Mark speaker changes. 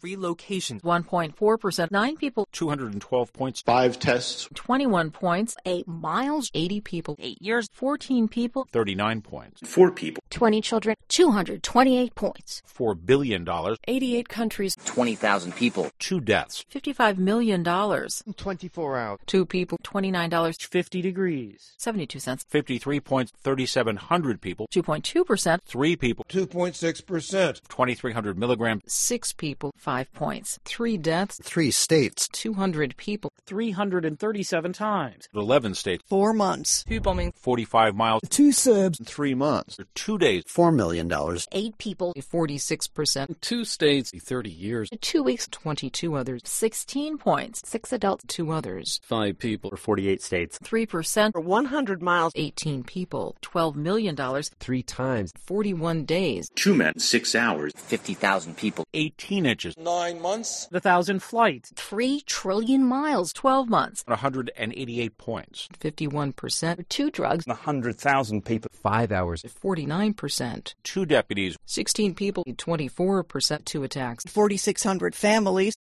Speaker 1: three locations.
Speaker 2: 1.4%, 9 people,
Speaker 3: 212 points.
Speaker 4: Five tests.
Speaker 2: 21 points, 8 miles, 80 people, 8 years, 14 people,
Speaker 3: 39 points.
Speaker 4: Four people.
Speaker 5: 20 children, 228 points.
Speaker 3: $4 billion.
Speaker 6: 88 countries,
Speaker 7: 20,000 people.
Speaker 3: Two deaths.
Speaker 2: $55 million,
Speaker 8: 24 hours.
Speaker 2: 2 people, $29,
Speaker 9: 50 degrees.
Speaker 2: 72 cents,
Speaker 3: 53 points. 3,700 people.
Speaker 2: 2.2%,
Speaker 3: Three people.
Speaker 10: 2.6%.
Speaker 3: 2,300 milligrams.
Speaker 2: 6 people, 5 points, 3 deaths,
Speaker 11: Three states.
Speaker 2: 200 people,
Speaker 9: 337 times.
Speaker 3: 11 states.
Speaker 12: Four months.
Speaker 6: two bombings,
Speaker 3: 45 miles.
Speaker 12: Two Serbs.
Speaker 4: Three months.
Speaker 3: Two days.
Speaker 11: $4 million.
Speaker 5: 8 people.
Speaker 2: 46%,
Speaker 13: Two states, 30 years,
Speaker 5: 2 weeks.
Speaker 2: 22 others, 16 points,
Speaker 5: 6 adults.
Speaker 2: 2 others,
Speaker 13: five people,
Speaker 8: 48 states.
Speaker 2: 3%,
Speaker 6: for 100 miles,
Speaker 2: 18 people, $12 million,
Speaker 8: Three times.
Speaker 2: 41 days,
Speaker 4: Two men. Six hours.
Speaker 7: 50,000 people.
Speaker 3: 18 inches.
Speaker 10: Nine months.
Speaker 9: The thousand flight.
Speaker 5: 3 trillion miles.
Speaker 2: 12 months,
Speaker 3: 188 points.
Speaker 2: 51%,
Speaker 5: 2 drugs.
Speaker 3: 100,000 people.
Speaker 8: Five hours.
Speaker 2: 49%,
Speaker 3: Two deputies.
Speaker 2: 16 people, 24%, 2 attacks,
Speaker 12: 4,600 families.